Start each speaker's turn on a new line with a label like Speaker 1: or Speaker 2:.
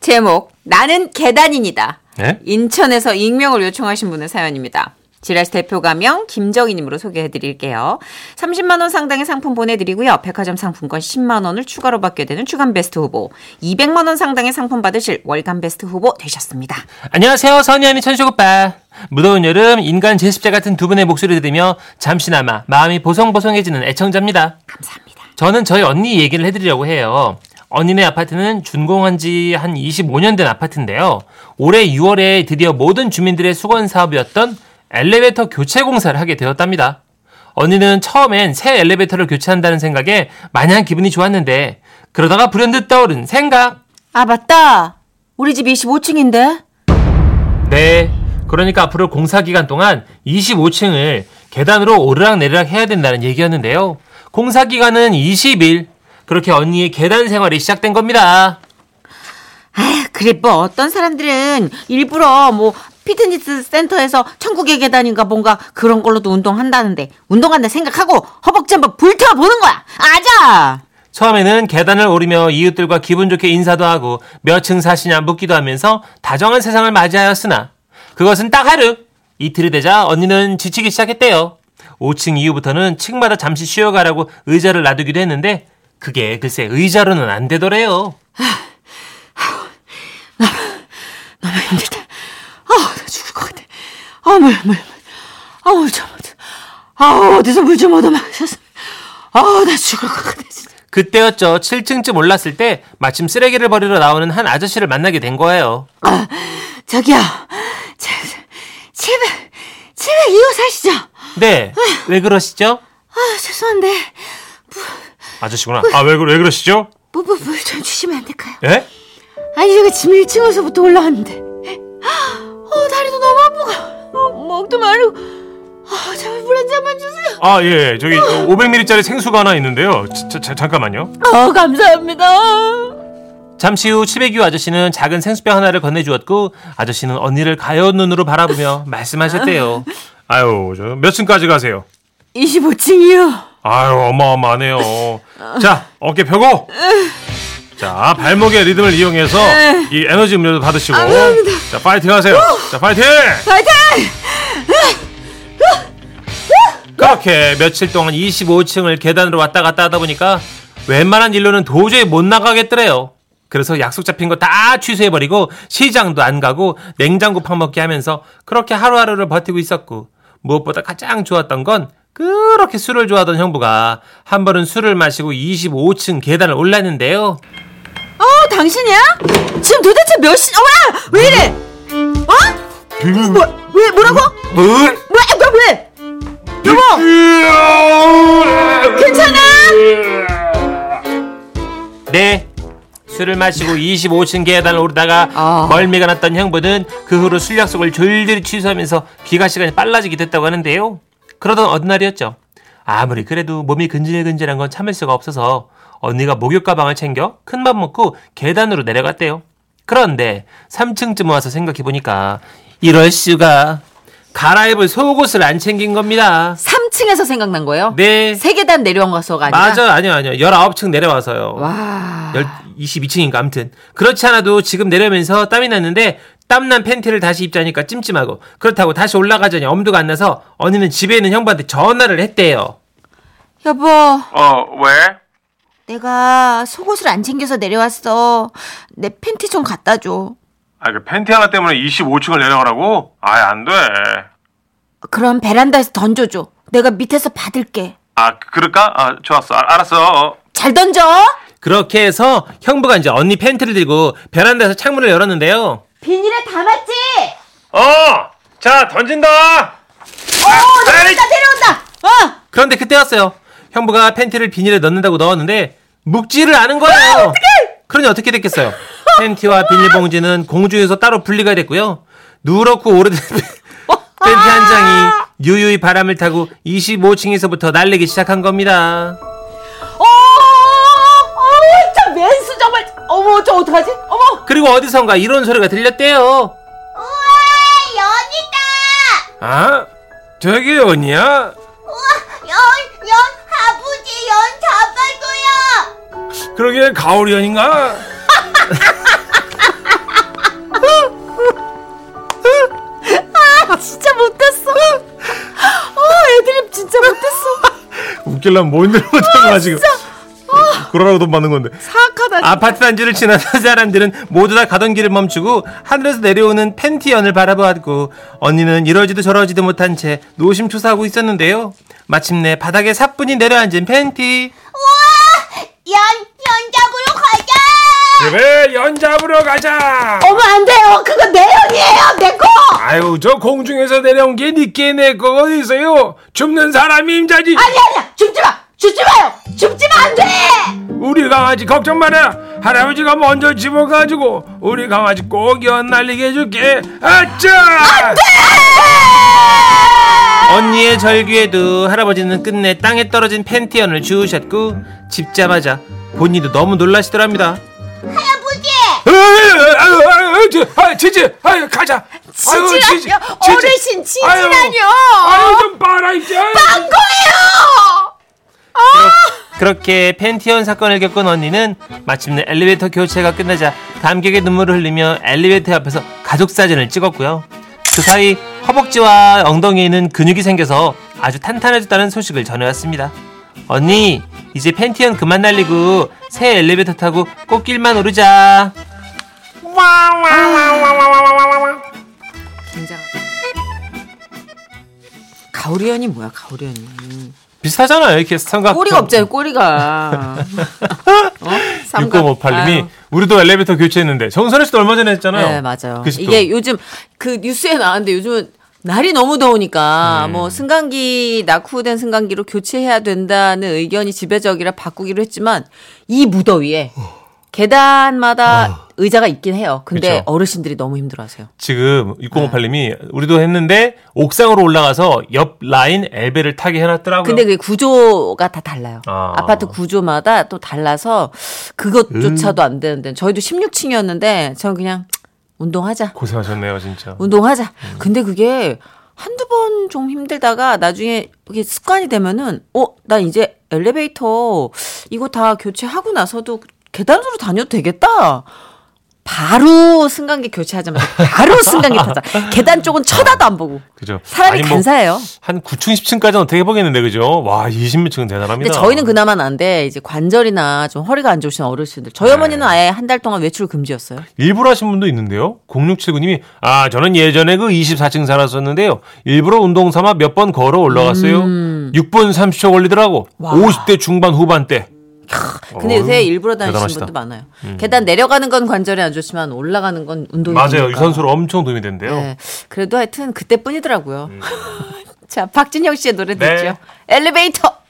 Speaker 1: 제목 나는 계단인이다.
Speaker 2: 네?
Speaker 1: 인천에서 익명을 요청하신 분의 사연입니다. 지라시 대표 가명 김정희님으로 소개해드릴게요. 30만 원 상당의 상품 보내드리고요. 백화점 상품권 10만 원을 추가로 받게 되는 주간 베스트 후보, 200만 원 상당의 상품 받으실 월간 베스트 후보 되셨습니다.
Speaker 2: 안녕하세요. 선현이 천식 오빠. 무더운 여름 인간 제습제 같은 두 분의 목소리 들으며 잠시나마 마음이 보송보송해지는 애청자입니다.
Speaker 1: 감사합니다.
Speaker 2: 저는 저희 언니 얘기를 해드리려고 해요. 언니네 아파트는 준공한 지 한 25년 된 아파트인데요. 올해 6월에 드디어 모든 주민들의 수건 사업이었던 엘리베이터 교체 공사를 하게 되었답니다. 언니는 처음엔 새 엘리베이터를 교체한다는 생각에 마냥 기분이 좋았는데 그러다가 불현듯 떠오른 생각.
Speaker 1: 아 맞다. 우리 집 25층인데
Speaker 2: 네. 그러니까 앞으로 공사 기간 동안 25층을 계단으로 오르락 내리락 해야 된다는 얘기였는데요. 공사 기간은 20일. 그렇게 언니의 계단 생활이 시작된 겁니다.
Speaker 1: 에휴, 그래 뭐 어떤 사람들은 일부러 뭐 피트니스 센터에서 천국의 계단인가 뭔가 그런 걸로도 운동한다는데 운동한다 생각하고 허벅지 한번 불태워 보는 거야. 아자.
Speaker 2: 처음에는 계단을 오르며 이웃들과 기분 좋게 인사도 하고 몇 층 사시냐 묻기도 하면서 다정한 세상을 맞이하였으나 그것은 딱 하루 이틀이 되자 언니는 지치기 시작했대요. 5층 이후부터는 층마다 잠시 쉬어가라고 의자를 놔두기도 했는데 그게 글쎄 의자로는 안 되더래요.
Speaker 1: 너무 힘들다. 아우 나 죽을 것 같아. 아우 물 물. 아우 좀. 아우 어디서 물 좀 얻어 마셨어. 아우 나 죽을 것 같아 진짜.
Speaker 2: 그때였죠. 7층쯤 올랐을 때 마침 쓰레기를 버리러 나오는 한 아저씨를 만나게 된 거예요.
Speaker 1: 아, 저기요. 저, 저, 집에, 집에 2호 사시죠? 아,
Speaker 2: 네. 왜 그러시죠?
Speaker 1: 죄송한데,
Speaker 2: 아저씨구나. 아, 왜, 그- 왜 그러시죠?
Speaker 1: 뭐, 뭐, 물좀 주시면 안 될까요?
Speaker 2: 예?
Speaker 1: 아니, 제가 지금 1층에서부터 올라왔는데. 어, 다리도 너무 아프고, 어, 목도 마르고. 아, 제발 물한 잔만 주세요.
Speaker 2: 아, 예. 저기 500ml짜리 생수가 하나 있는데요. 잠깐만요.
Speaker 1: 아, 감사합니다.
Speaker 2: 잠시 후 치배규 아저씨는 작은 생수병 하나를 건네주었고 아저씨는 언니를 가여운 눈으로 바라보며 말씀하셨대요.
Speaker 3: 아유, 저 몇 층까지 가세요?
Speaker 1: 25층이요.
Speaker 3: 아유, 어마어마하네요. 자, 어깨 펴고. 자, 발목의 리듬을 이용해서 이 에너지 음료도 받으시고. 자, 파이팅 하세요. 자, 파이팅!
Speaker 1: 파이팅!
Speaker 2: 그렇게 며칠 동안 25층을 계단으로 왔다 갔다 하다 보니까 웬만한 일로는 도저히 못 나가겠더래요. 그래서 약속 잡힌 거 다 취소해버리고 시장도 안 가고 냉장고 파먹기 하면서 그렇게 하루하루를 버티고 있었고 무엇보다 가장 좋았던 건 그렇게 술을 좋아하던 형부가 한 번은 술을 마시고 25층 계단을 올랐는데요.
Speaker 1: 어, 당신이야? 지금 도대체 몇 시, 어, 뭐야! 왜 이래! 어? 뭐, 왜, 뭐라고?
Speaker 2: 어?
Speaker 1: 아, 뭐야, 왜, 왜? 여보! 괜찮아?
Speaker 2: 네. 술을 마시고 25층 계단을 오르다가
Speaker 1: 아.
Speaker 2: 멀미가 났던 형부는 그 후로 술 약속을 졸졸히 취소하면서 귀가 시간이 빨라지게 됐다고 하는데요. 그러던 어느 날이었죠. 아무리 그래도 몸이 근질근질한 건 참을 수가 없어서 언니가 목욕 가방을 챙겨 큰 밥 먹고 계단으로 내려갔대요. 그런데 3층쯤 와서 생각해 보니까 이럴 수가 갈아입을 속옷을 안 챙긴 겁니다.
Speaker 1: 3층에서 생각난 거예요?
Speaker 2: 네.
Speaker 1: 세 계단 내려간거서가 아니라.
Speaker 2: 맞아, 아니요, 아니요. 19층 내려와서요.
Speaker 1: 와.
Speaker 2: 열, 22층인가 아무튼 그렇지 않아도 지금 내려면서 땀이 났는데 땀난 팬티를 다시 입자니까 찜찜하고 그렇다고 다시 올라가자니 엄두가 안 나서 언니는 집에 있는 형부한테 전화를 했대요.
Speaker 1: 여보. 어, 왜? 내가 속옷을 안 챙겨서 내려왔어. 내 팬티 좀 갖다 줘.
Speaker 3: 아, 그 팬티 하나 때문에 25층을 내려가라고? 아예 안 돼.
Speaker 1: 그럼 베란다에서 던져줘. 내가 밑에서 받을게.
Speaker 3: 아, 그럴까? 아, 좋았어. 알- 알았어.
Speaker 1: 잘 던져!
Speaker 2: 그렇게 해서 형부가 이제 언니 팬티를 들고 베란다에서 창문을 열었는데요.
Speaker 1: 비닐에 담았지?
Speaker 3: 어! 자, 던진다!
Speaker 1: 어, 내려온다, 내려온다! 어!
Speaker 2: 그런데 그때였어요. 형부가 팬티를 비닐에 넣는다고 넣었는데 묵지를 않은 거예요. 그러니 어떻게 됐겠어요? 팬티와 비닐봉지는 공중에서 따로 분리가 됐고요. 누렇고 오래된 팬티 한 장이 유유히 바람을 타고 25층에서부터 날리기 시작한 겁니다.
Speaker 1: 어! 어, 진짜 맨수 정말. 어머, 저 어떡하지? 어머!
Speaker 2: 그리고 어디선가 이런 소리가 들렸대요.
Speaker 4: 연이다!
Speaker 2: 아? 저기 언니야?
Speaker 4: 우와, 연, 연, 아버지 연 잡아줘요!
Speaker 2: 그러게 가오리 언인가?
Speaker 1: 아, 어,
Speaker 3: 웃기려면 뭐 힘들어 못하는 지금. 그러라고 돈 받는 건데.
Speaker 1: 사악하다. 진짜.
Speaker 2: 아파트 단지를 지나서 사람들은 모두 다 가던 길을 멈추고 하늘에서 내려오는 팬티연을 바라보았고 언니는 이러지도 저러지도 못한 채 노심초사하고 있었는데요. 마침내 바닥에 사뿐히 내려앉은 팬티.
Speaker 4: 아, 연, 연 잡으러 가자!
Speaker 3: 그래 연 잡으러 가자.
Speaker 4: 어머, 안 돼요! 그거 내 연이에요! 내 거!
Speaker 3: 아유 저 공중에서 내려온 게 니께 내거 어디 있어요? 줍는 사람이 임자지.
Speaker 4: 아니, 아니야! 줍지 마! 줍지 마요! 줍지 마안 돼!
Speaker 3: 우리 강아지 걱정 마라. 할아버지가 먼저 집어가지고 우리 강아지 꼭 연 날리게 해줄게. 아짜.
Speaker 2: 언니의 절규에도 할아버지는 끝내 땅에 떨어진 팬티연을 주우셨고 집자마자 본인도 너무 놀라시더랍니다.
Speaker 4: 할아버지!
Speaker 3: 아유, 아유, 아유, 저, 아유, 지지, 아유, 가자. 아유, 지지,
Speaker 1: 어, 지지라뇨.
Speaker 3: 지지.
Speaker 1: 어르신
Speaker 3: 아유,
Speaker 1: 지지라뇨.
Speaker 3: 아유, 좀 봐라, 이제.
Speaker 4: 안 거예요!
Speaker 2: 그렇게 팬티언 사건을 겪은 언니는 마침내 엘리베이터 교체가 끝나자 감격의 눈물을 흘리며 엘리베이터 앞에서 가족 사진을 찍었고요. 그 사이 허벅지와 엉덩이에는 근육이 생겨서 아주 탄탄해졌다는 소식을 전해왔습니다. 언니, 이제 팬티언 그만 날리고 새 엘리베이터 타고 꽃길만 오르자.
Speaker 1: 굉장하다. 가오리언이 뭐야, 가오리언이.
Speaker 2: 비슷하잖아요, 이렇게 삼각.
Speaker 1: 꼬리가
Speaker 3: 음.
Speaker 1: 없잖아요, 꼬리가. 어? 삼각.
Speaker 3: 6058님이
Speaker 1: 아유.
Speaker 3: 우리도 엘리베이터 교체했는데 정선혜 씨도 얼마 전에 했잖아요.
Speaker 1: 네, 맞아요.
Speaker 3: 그 집도.
Speaker 1: 이게 요즘 그 뉴스에 나왔는데 요즘은 날이 너무
Speaker 3: 네.
Speaker 1: 더우니까 뭐 승강기 낙후된 승강기로 교체해야 된다는 의견이 지배적이라 바꾸기로 했지만 이 무더위에 계단마다 의자가 있긴 해요. 근데
Speaker 3: 어. 그쵸.
Speaker 1: 어르신들이 너무 힘들어하세요.
Speaker 3: 지금
Speaker 1: 네.
Speaker 3: 6058님이 우리도 했는데 옥상으로 올라가서 옆 라인 엘베를 타게 해놨더라고요.
Speaker 1: 근데 그 구조가 다 달라요.
Speaker 3: 아.
Speaker 1: 아. 파트 구조마다 또 달라서 그것조차도
Speaker 3: 음.
Speaker 1: 안 되는데 저희도 16층이었는데 저는 그냥 운동하자.
Speaker 3: 고생하셨네요, 진짜.
Speaker 1: 운동하자.
Speaker 3: 음.
Speaker 1: 근데 그게 한두 번 좀 힘들다가 나중에 이게 습관이 되면은 어, 나 이제 엘리베이터 이거 다 교체하고 나서도 계단으로 다녀도 되겠다. 바로 승강기 교체하자마자 바로 승강기 타자. 계단 쪽은 쳐다도 안 보고.
Speaker 3: 그죠.
Speaker 1: 사람이
Speaker 3: 아니, 뭐
Speaker 1: 간사해요.
Speaker 3: 한 9층, 10층까지는 어떻게 보겠는데, 그죠? 와, 20몇 층은 대단합니다.
Speaker 1: 근데 저희는 그나마 난데 이제 관절이나 좀 허리가 안 좋으신 어르신들. 저희
Speaker 3: 네.
Speaker 1: 어머니는 아예 한 달 동안 외출 금지였어요.
Speaker 3: 일부러 하신 분도 있는데요. 0679님이 아 저는 예전에 그 24층 살았었는데요. 일부러 운동 삼아 몇 번 걸어 올라갔어요.
Speaker 1: 음.
Speaker 3: 6분 30초 걸리더라고. 50대 중반 후반 대
Speaker 1: 음. 근데 요새
Speaker 3: 어이,
Speaker 1: 일부러 다니시는
Speaker 3: 대단하시다. 음.
Speaker 1: 분도 많아요. 계단 내려가는 건 관절에 안 좋지만 올라가는 건 운동이
Speaker 3: 맞아요. 유산소로 엄청 도움이 된대요.
Speaker 1: 그러니까. 네.
Speaker 3: 음.
Speaker 1: 그래도 하여튼 그때뿐이더라고요. 자, 박진영 씨의 노래
Speaker 3: 네.
Speaker 1: 듣죠. 엘리베이터.